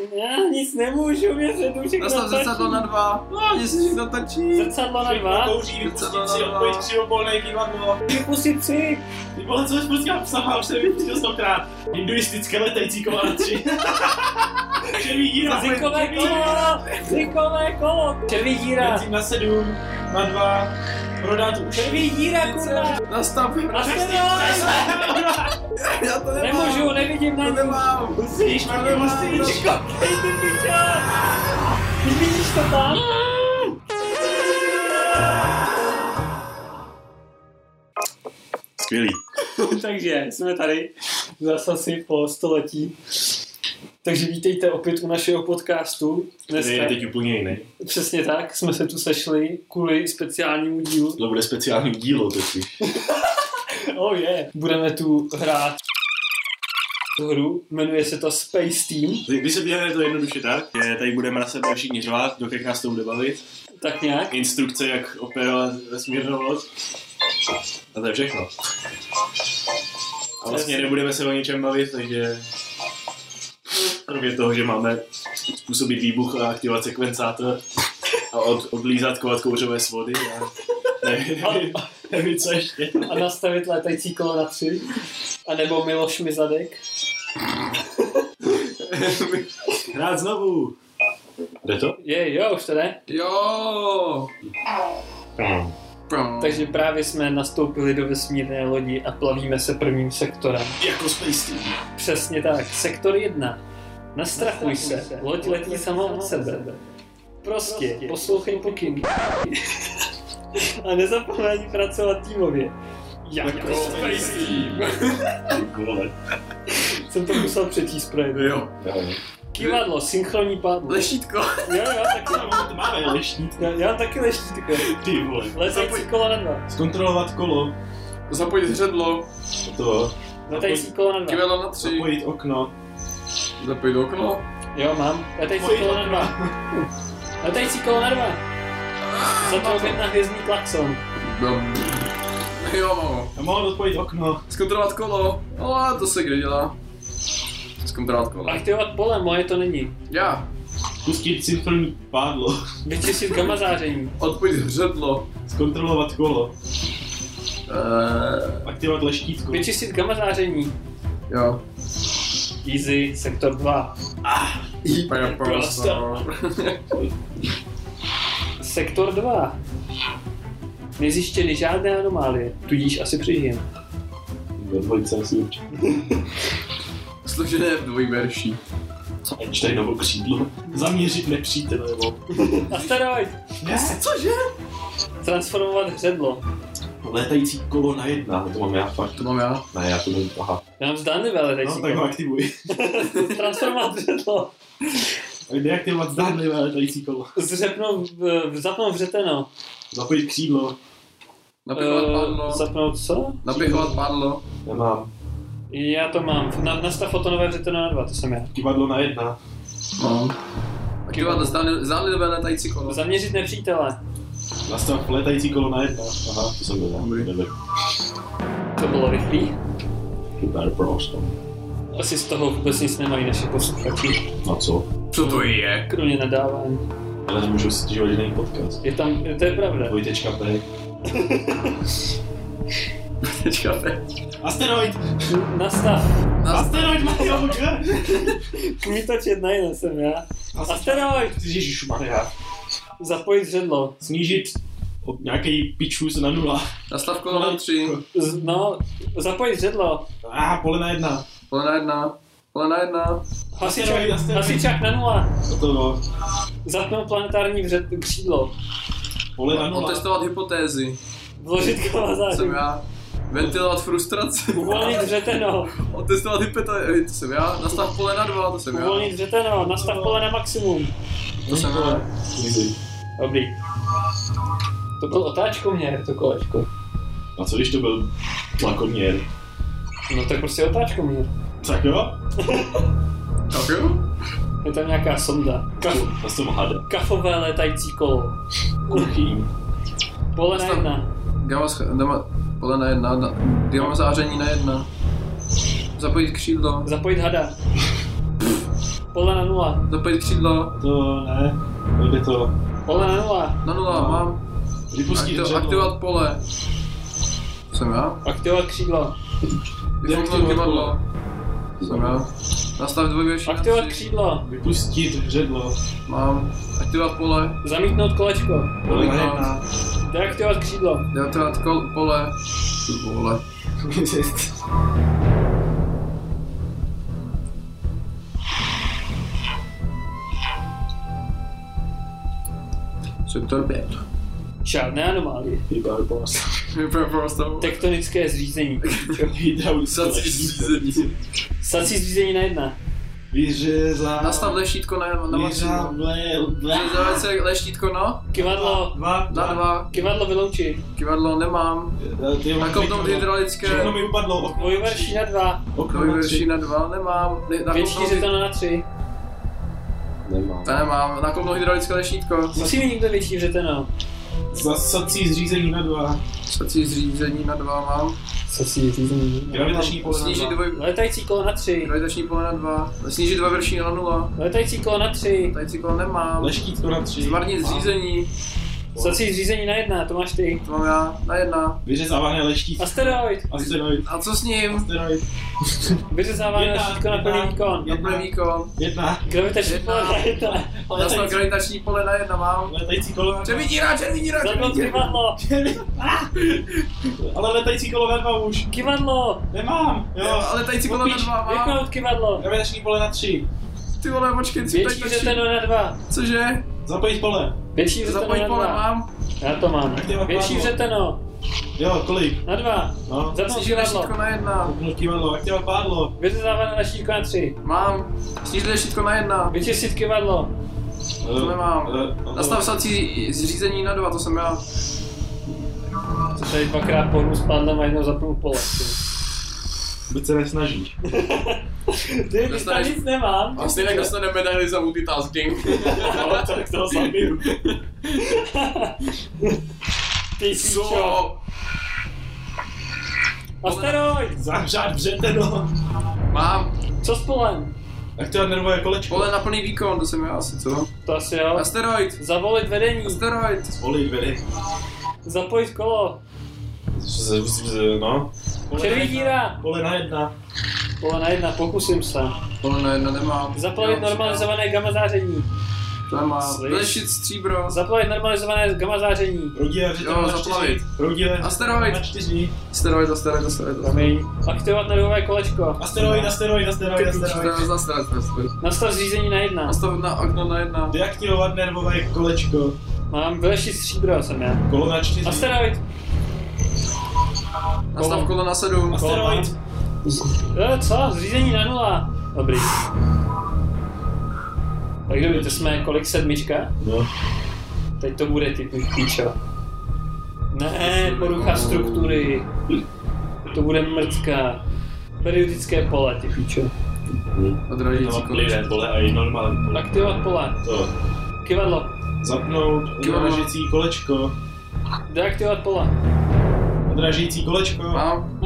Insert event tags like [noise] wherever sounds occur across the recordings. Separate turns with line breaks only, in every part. Já nic nemůžu, mě se tu všechno
Nastav zrcadlo na dva. A
No,
mě se všechno točí.
Zrcadlo na dva.
Kouří, vypustí tři,
Zrcadlo.
odpojí tři obolné kývadlo.
Vypustit si.
Ty vole, co jsi prostě psala, už jsem viděl stokrát. Hinduistické letající [laughs] kováři. Červí díra.
Zikové kolo. Zikové kolo. Červí díra.
Letím na sedm, na dva, prodat už.
Červí díra, kurva.
Nastav.
Nastav.
Já to nemám.
Nemůžu, nevidím na
To
ní.
nemám.
Musíš, máme musíš.
Hej, ty pičo. Ty vidíš to tam?
Skvělý.
[laughs] Takže jsme tady zase asi po století. Takže vítejte opět u našeho podcastu.
Tady
Dneska,
je teď úplně jiný.
přesně tak, jsme se tu sešli kvůli speciálnímu dílu.
To bude speciální dílo totiž.
Oh yeah. Budeme tu hrát hru, jmenuje se to Space Team,
Když se běhne to jednoduše tak, že tady budeme na sebe všichni řvát, dokud nás to bude bavit.
tak nějak.
Instrukce, jak operovat vesmírnou loď. A to je všechno. A vlastně nebudeme se o ničem bavit, takže... Kromě toho, že máme způsobit výbuch a aktivovat sekvenzátor a od, odlízat kovat kouřové svody a nevím, nevím co ještě.
A nastavit létající kolo na tři. A nebo Miloš Mizadek.
Hrát znovu! Jde to?
Je, jo, už to ne.
Jo.
Mhm.
Pum.
Takže právě jsme nastoupili do vesmírné lodi a plavíme se prvním sektorem.
Jako Space Team.
Přesně tak. Sektor 1. Nastrachuj se. Loď letí sama od sebe. Prostě, poslouchej pokyn. A nezapomeň pracovat týmově. Jako
Space Team.
Vole.
jsem to musel přečíst projekt.
Jo.
Kivadlo, synchronní pádlo.
Lešítko.
Jo, jo, taky.
To máme leštít.
Já, já mám taky leštítko.
Ty vole.
Letající kolo na dva.
Zkontrolovat kolo.
Zapojit hředlo.
To.
Letající kolo na dva.
Kivelo na tři.
Zapojit okno.
Zapojit okno.
Jo, mám. Letající kolo na dva. Letající kolo na dva. Zatroubit na hvězdný klakson.
Bum. Jo, mám.
A mohl odpojit okno.
Zkontrolovat kolo. Ale to se kde dělá. Zkontrolovat kolo.
Aktivovat pole, moje to není.
Já.
Pustit synchronní pádlo.
Vyčistit gamma záření.
Odpojit hředlo.
Zkontrolovat kolo.
Eh,
Aktivovat leštítko.
Vyčistit gamma záření.
jo.
Easy, sektor 2.
Pum, pum,
Prostě.
pum.
Sektor 2. Nezjištěny žádné anomálie, tudíž asi přežijeme.
Ve dvojce asi určitě.
Složené v dvojverší.
Čtej novou křídlo. Zaměřit nepřítele nebo...
Asteroid!
Ne,
Cože?
Transformovat hředlo.
no, létající kolo na jedna, ale to mám já fakt.
To mám já.
Ne, já to mám, aha.
Já mám zdánlivé letající
No, tak ho
kolo.
aktivuj.
Transformovat hředlo.
A jde aktivovat zdánlivé létající kolo.
Zřepnout, eh, zapnout vřeteno.
Zapojit křídlo.
Napěchovat
Eh,
padlo.
Zapnout co?
Napěchovat padlo.
Nemám.
Já to mám. Na, nastav fotonové vřeteno na dva, to jsem já.
Kivadlo na jedna.
Mám. Aktivovat zdánlivé letající kolo.
Zaměřit nepřítele.
Nastav létající kolo na jedna. Aha, to jsem byl já.
Dobrý.
Nebyl.
To bylo rychlý.
Super, prostě.
Asi z toho vůbec nic nemají naši posluchači.
Na No co?
Co to je?
Kromě nadávání.
Ale nemůžu si stěžovat jiný podcast.
Je tam, to je pravda.
Vojtečka P.
Tečka P.
Asteroid!
Nastav.
Nas-
Asteroid, Mario!
Kmítač jedna jeden jsem já. Asteroid!
Ježíš Maria.
Zapojit ředlo.
Snížit o nějaký pičus na nula.
Nastav kolo na tři.
Z, no, zapojit ředlo.
A ah, pole na jedna.
Pole na jedna. Pole na jedna.
Hasičák,
Asteroid, asteroid.
hasičák na nula.
To to no.
Zapnout planetární vřet, křídlo.
Pole na nula.
Otestovat hypotézy.
Vložit kola
Jsem
záření.
já. Ventilovat [laughs] frustraci.
Uvolnit no. vřeteno.
Otestovat hypotézy. To jsem já. Nastav pole na dva. To jsem já.
Uvolnit vřeteno. Nastav pole na maximum.
To jsem já.
Easy.
Dobrý. To byl otáčkou měr, to kolečko.
A co když to byl tlakoměr?
No tak prostě otáčkou měr.
Tak jo?
Tak jo.
Je tam nějaká sonda. Kaf,
Já jsem hada.
kafové létající kolo.
Kuchý.
Pole na jedna.
Gamma, sch- dama, pole na jedna. na- Gamma záření na jedna. Zapojit křídlo.
Zapojit hada. Pole na nula.
To pět křídla.
To ne, jde to.
Pole na nula.
Na nula,
No.
mám.
Vypustí
Aktiv,
dřevo.
aktivovat pole. Jsem já?
Aktivovat křídlo.
Vyfotovat
aktivovat
kyvadlo. Jsem já. Nastav dvojvěšení.
Aktivovat křídlo.
Vypustit hředlo.
Mám. Aktivovat pole.
Zamítnout kolečko.
Kolik
Kolik
na
mám?
jedna?
Deaktivovat křídlo.
Deaktivovat kol, pole. Ty Vole.
[laughs]
Sektor 5.
Žádné anomálie.
Vypadá post.
Vypadá prostě.
Tektonické zřízení.
Sací zřízení.
Sací zřízení na jedna.
Vyřezá.
Nastav leštítko na, na
Vyřezá.
maximum. Zavět se leštítko na,
Kivadlo.
Dva.
na dva.
Kivadlo vyloučit.
Kivadlo nemám. Nakopnout hydraulické.
Všechno mi upadlo. okno
Dvojverší na dva.
Okno na
Dvojverší
tři.
na dva nemám. Ne,
Dvě
nakopnout,
čtyři na tři.
Nemám.
to nemám. Nakopnout hydraulické leštítko.
Musí mít někdo větší vřeteno.
Zasací zřízení na dva.
Sací zřízení na dva mám.
Sací zřízení.
Gravitační pole na
Snížit
dva.
dvoj...
Letající kolo na tři.
Gravitační pole na dva. Snížit dva vrší na nula.
Letající kolo na tři.
Tady cyklo nemám.
Leštítko na tři.
Zmarnit zřízení.
Sací zřízení na jedna, to máš ty.
To mám já. Na jedna.
Vyřezávané leštítko.
Asteroid.
Asteroid.
A co s ním?
Asteroid.
Vyřezávané
Jedna,
šítko na plný
jedna.
výkon.
Na plný výkon.
Jedna.
Gravitační
Jedna.
pole na jedna.
Nastav gravitační pole na jedna mám.
Letající kolo na dva.
Červítíra, červítíra,
Zablout
červítíra.
kivadlo.
Ale letající kolo na dva už.
Kivadlo.
Nemám. Jo.
Ale tady cyklo na
Popíš.
dva mám.
Vypnout kivadlo.
Gravitační pole na tři.
Ty vole, počkej, co
Větší řeteno na dva.
Cože?
Zapojit pole.
Větší řeteno
Zapojit
na
pole
dva.
mám.
Já to mám.
Aktivovat
Větší
kladlo.
řeteno.
Jo, kolik?
Na dva.
No.
Zapnout
Snížit
kivadlo.
lešítko na jedna.
Zapnul kývadlo. Aktiva pádlo.
Vyřezávané na šítko na tři.
Mám. Snížit lešítko na jedna.
Vyčistit kivadlo.
To nemám.
Eh,
Nastav sací zřízení na dva, to jsem já.
Co tady dvakrát po dnu spadlo a jednou zapnul pole.
Byť se nesnažíš.
Ty, ty když tam
Dostaneš-
nic nemám. No,
A stejně dostane medaili za multitasking.
[laughs]
Ale tak toho zabiju.
Ty píčo.
Co?
Asteroid.
Zářád břeteno.
Mám.
Co s polem?
Aktiva nervové kolečko.
Pole na plný výkon, to jsem já asi, co?
To asi jo.
Asteroid.
Zavolit vedení.
Asteroid.
Poli dveře.
Zapojit kolo.
Z- z- z- No. Pole na
Červí
jedna.
díra.
Pole na jedna.
Pole na jedna, pokusím se.
Pole na jedna nemám.
Zaplavit
Jo,
normalizované gamma záření.
To nemám.
Slyš?
Lešit stříbro.
Zaplavit normalizované gamma záření.
Proudí a břeteno
Jo,
na
zaplavit.
čtyři. Proudí a
Asteroid.
na čtyři.
Asteroid, asteroid, asteroid.
Promiň. Aktivovat nervové kolečko.
Asteroid, asteroid, asteroid, asteroid.
Asteroid, asteroid, asteroid.
Nastav zřízení na jedna.
Nastav na okno na jedna.
Deaktivovat nervové kolečko.
Mám vylešit stříbro, jsem já.
Kolo na čtyři.
Asteroid.
Nastav
Kolo.
kolo na sedm.
Asteroid.
E, co? Zřízení na nula. Dobrý. Tak dobrý, to jsme kolik sedmička?
No.
Teď to bude ty píčo. Ne, porucha struktury. To bude mrtka. Periodické pole, ty píčo.
Odražící kolo.
lidé, No, pole a i normální pole.
Aktivovat pole.
To.
Kivadlo.
Zapnout
Kivadlo.
odrážející kolečko.
Deaktivovat pole.
Odrážející kolečko.
Mám.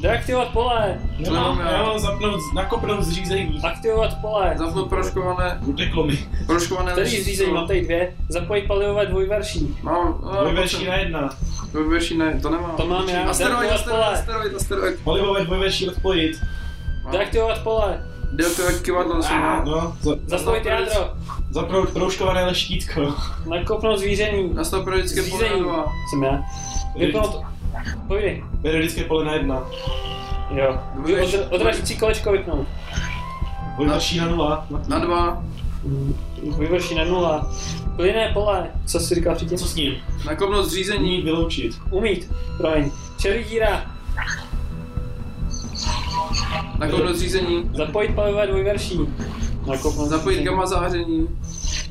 Deaktivovat pole.
to nemám já.
jo, zapnout, nakopnout zřízení.
Aktivovat pole.
Zapnu proškované,
Uteklo mi.
proškované
Který
lešítko.
zřízení mám tady dvě? Zapojit palivové dvojverší.
Mám. no,
Dvojverší na jedna.
Dvojverší ne, to nemám.
To mám já.
Asteroid,
Deaktivovat
asteroid,
pole.
asteroid, asteroid.
Palivové dvojverší odpojit.
Mám.
Deaktivovat pole.
Deltové kivadlo jsem
Ah,
já.
No, za,
Zapojit jádro.
zapnout proužkované leštítko.
Nakopnout zvíření.
Nastav periodické pole na
Zřízení.
dva.
Jsem já. Vypnout. Pojdi.
Periodické pole na jedna.
Jo. Vy odr- Odražící kolečko vypnout.
Dvojverší na nula.
Na dva.
Vyvrší na nula. Plyné pole. Co jsi říkal předtím?
Co s ním?
Nakopnout zřízení.
Ní vyloučit.
Umít. Promiň. Červí díra.
Nakopnout zřízení.
Zapojit palivové dvojverší. Nakopnout
No, Zapojit
zřízení.
gamma záření.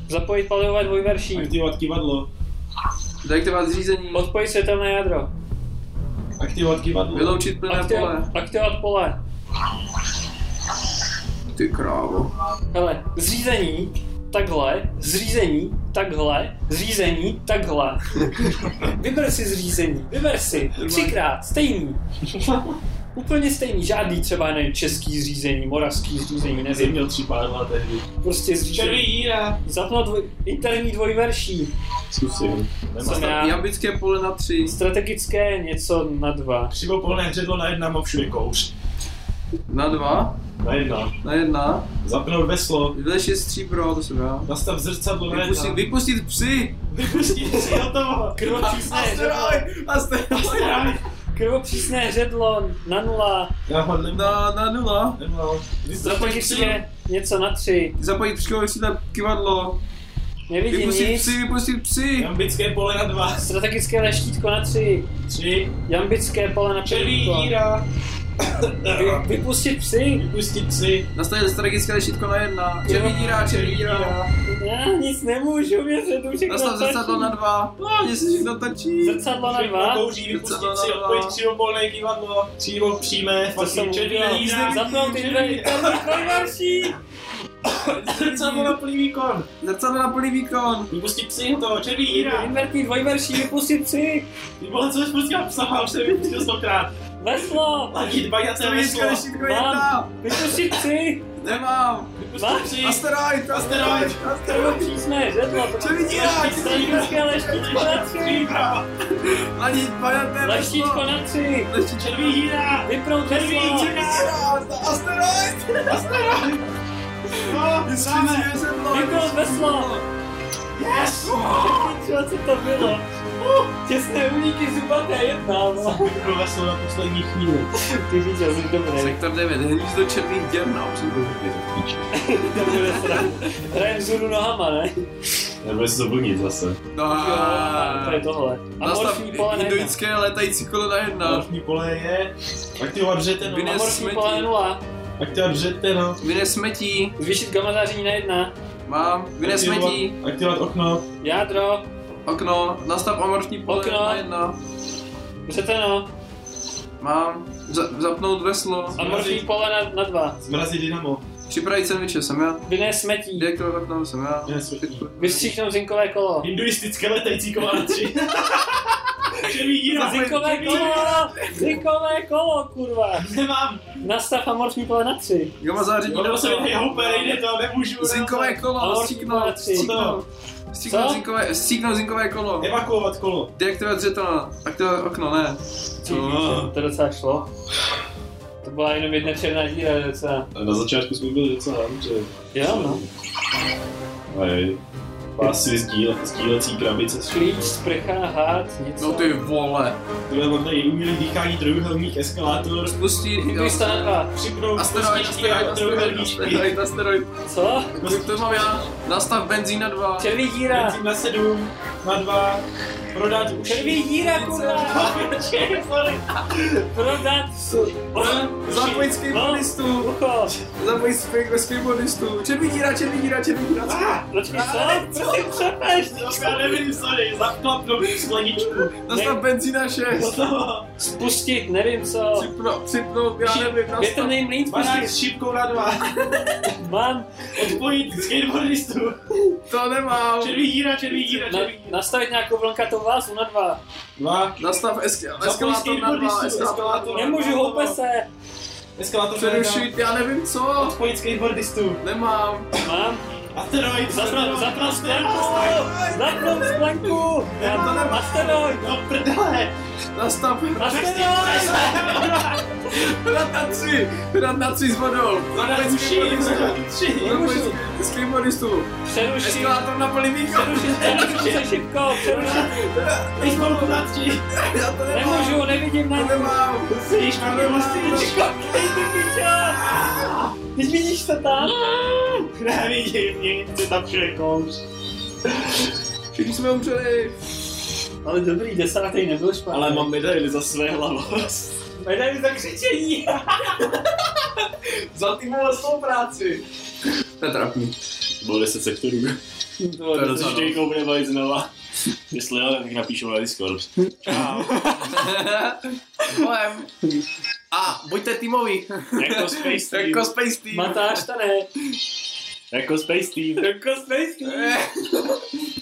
Zapojit palivové dvojverší.
Aktivovat kivadlo.
Deaktivovat zřízení.
Odpojit světelné jádro.
Aktivovat kivadlo.
Vyloučit plné pole.
Aktivovat, aktivovat pole.
Ty krávo.
Hele, zřízení, takhle, zřízení, takhle, zřízení,
[laughs]
takhle.
[laughs]
Vyber si zřízení, vyber si. Třikrát, stejný. Úplně stejný, žádný třeba ne, český řízení, moravský řízení,
Jsem
nevím,
měl tři pádla tehdy.
prostě řízení.
jíra.
Zapno dvoj, interní dvojverší,
Zkusím.
Co
Nemám.
ne? Já-
Jambické pole na tři.
strategické něco na dva.
Přímo polné hřetlo na jedna mám všude kouř.
Na dva.
Na jedna.
Na jedna.
Zapnout veslo.
Vyleš je stříbro, to jsem já.
Nastav zrcadlo na
Vypustit,
jedna.
vypustit psy.
[laughs] Vypustit si hotovo.
Krvočísné ředlo,
A stroj.
krvočísné ředlo na nula,
Já ho nemám.
Na, na nula.
Nemám.
strategické něco na tři.
Zapojit příkové sídle kivadlo.
Nevidím
Vypustit
nic,
psy, vypustit psy.
Jambické pole na dva.
strategické leštítko na tři,
Tři.
jambické pole na
Červí
pětko.
jíra.
Vy, vypustit psy?
Vypustit si.
Nastavit strategické lešítko na jedna. Červí díra, červí díra.
Já nic nemůžu, mě se tu všechno
Nastav zrcadlo
točí.
na dva. Mně se všechno točí.
Zrcadlo na dva.
Kouří, vypustit si, odpojit přímo polné kývadlo. Přímo přímé.
To jsem
fucking Červí jíra.
Zapnout interní konverší.
Zrcadlo na plný výkon.
Zrcadlo na plný výkon.
Vypustit si hotovo. Červí jíra.
Invertní dvojverší, vypustit si.
Ty vole, co jsi prostě napsal, už jsem vypustil stokrát.
Veslo,
Ladit bajace
Strategické
veslo.
lešítko
Mám.
jedna.
vypustit si.
Nemám.
Vypustit si.
Asteroid, asteroid, asteroid.
Krvopřísné žedlo.
Červidíra,
Strategické leštítko na tři.
Ani bajaté
Leštítko na tři.
Červí jíra.
Vyprout veslo.
Asteroid! Vystříznivé sedlo!
Vypnout veslo.
Yes!
Čo, co to bylo? Těsné uniky zubaté jedna. no.
Pro veslo na poslední chvíli.
Ty viděl, jsi dobrý.
Sektor 9, hnízdo černých no, děr na obřibu.
To bude sranda. Hrajem zuru nohama, ne?
Nebude se to blnit zase.
To je tohle. A
Ah, Nastav
morfní pole nehne.
indoické letající kolo na jedna.
Další pole je... Aktivovat břeteno.
Vynes-
Amorfní
smetí.
pole nula.
Aktivovat břeteno.
Vyne smetí,
Zvýšit gamma záření na jedna.
mám, vyne
Aktivovat-
smetí,
Aktivovat okno.
Jádro,
okno, nastav amorfní pole
Okno.
na jedna,
řeteno,
mám, za, zapnout veslo,
amorfní pole na, na dva.
Zmrazit dynamo.
připravit sandviče jsem já,
Vyné smetí,
deaktivovat okno jsem já, [laughs]
Vynes smetí.
vystříknout zinkové kolo.
Hinduistické letající kováři. Červí jíra.
Zinkové kolo! Zinkové kolo, kurva!
Nemám.
Nastav amorfní pole na tři.
gama záření
Ono se mi tady
na
houpe, nejde to, nemůžu.
zinkové kolo,
Amorfní pole
stříknout,
tři.
stříknout, stříknout
Co?
zinkové, stříknout zinkové kolo.
Evakuovat kolo.
Deaktivovat zřetelná, aktivovat okno, ne.
Ty víš,
No.
To docela šlo. To byla jenom jedna černá díra docela.
Na začátku jsme byli docela dobře.
Jo, no.
Ale pásy sdíle, sdílecí krabice.
Klíč, sprcha, hád, něco.
No ty vole.
Tohle mám tady umělý dýchání trojuhelných eskalátor.
Spustí...
Hinduista na dva.
Připnout
Asteroid, asteroid, asteroid, asteroid, asteroid.
Co?
Tak to mám já. Nastav benzín na dva.
Červí díra!
Benzín na sedm, na dva, prodat už.
Červí díra, kurva! Prodat!
Zapojit skateboardistů.
Ucho!
Zapojit skate- skateboardistů. Červí díra, červí díra, červí díra.
Ah!
Počkej, co? Prosím, přepeš!
Já nevím, sorry, zapklapnu skleničku.
Nastav benzín na šest.
Spustit, nevím co.
Připnout, připnout, já nevím, nastav.
Větrný mlýn
Barák
spustit.
s šipkou na dva,
Mám
odpojit skateboardistu.
To nemám.
Červí díra, červí díra,
na,
červí díra.
nastavit nějakou vlnkatou vázu na dva.
Dva,
Nastav eska- eskalátor na dva.
skateboardistů,
Eskalátor.
eskalátor.
Nemůžu, houpe se.
eskalátor
Přerušit, já nevím co.
Odpojit skateboardistu.
Nemám.
Mám.
Asteroid,
Zapnout zapnout
asteroid.
sklenku. Zapnout sklenku. Asteroid.
No prdele,
Nastav
Asteroid.
Rataci! Rataci s vodou!
zadat uši, zadat uši.
Nemůžu.
Skateboardistů!
Přerušit.
Eskalátor na plný výkon!
Přerušit se šipko. Přerušit.
Teď mám podat tři.
Já to nemám!
Nemůžu, nevidím
To
na
nemám!
Slyš, mám jenom stýčko.
Teď vidíš to tam?
Nevidím nic, je tam všude kouř.
Všichni jsme umřeli!
Ale dobrý, desátý nebyl špatný.
Ale mám medaili za své hlavost.
Medaili za křičení.
Za ty vole spolupráci! To je [laughs] trapný.
Bude se sektorů.
To bylo
To je
dobrý.
docela-
Což Dejko bude bavit znova. [laughs] Jestli jo, tak napíšu na Discord. Čau.
Kolem. A, buďte týmoví!
Jako Space
Jako
Team.
Space Team!
Matáš, ta ne.
Jako Space Team.
Jako space team.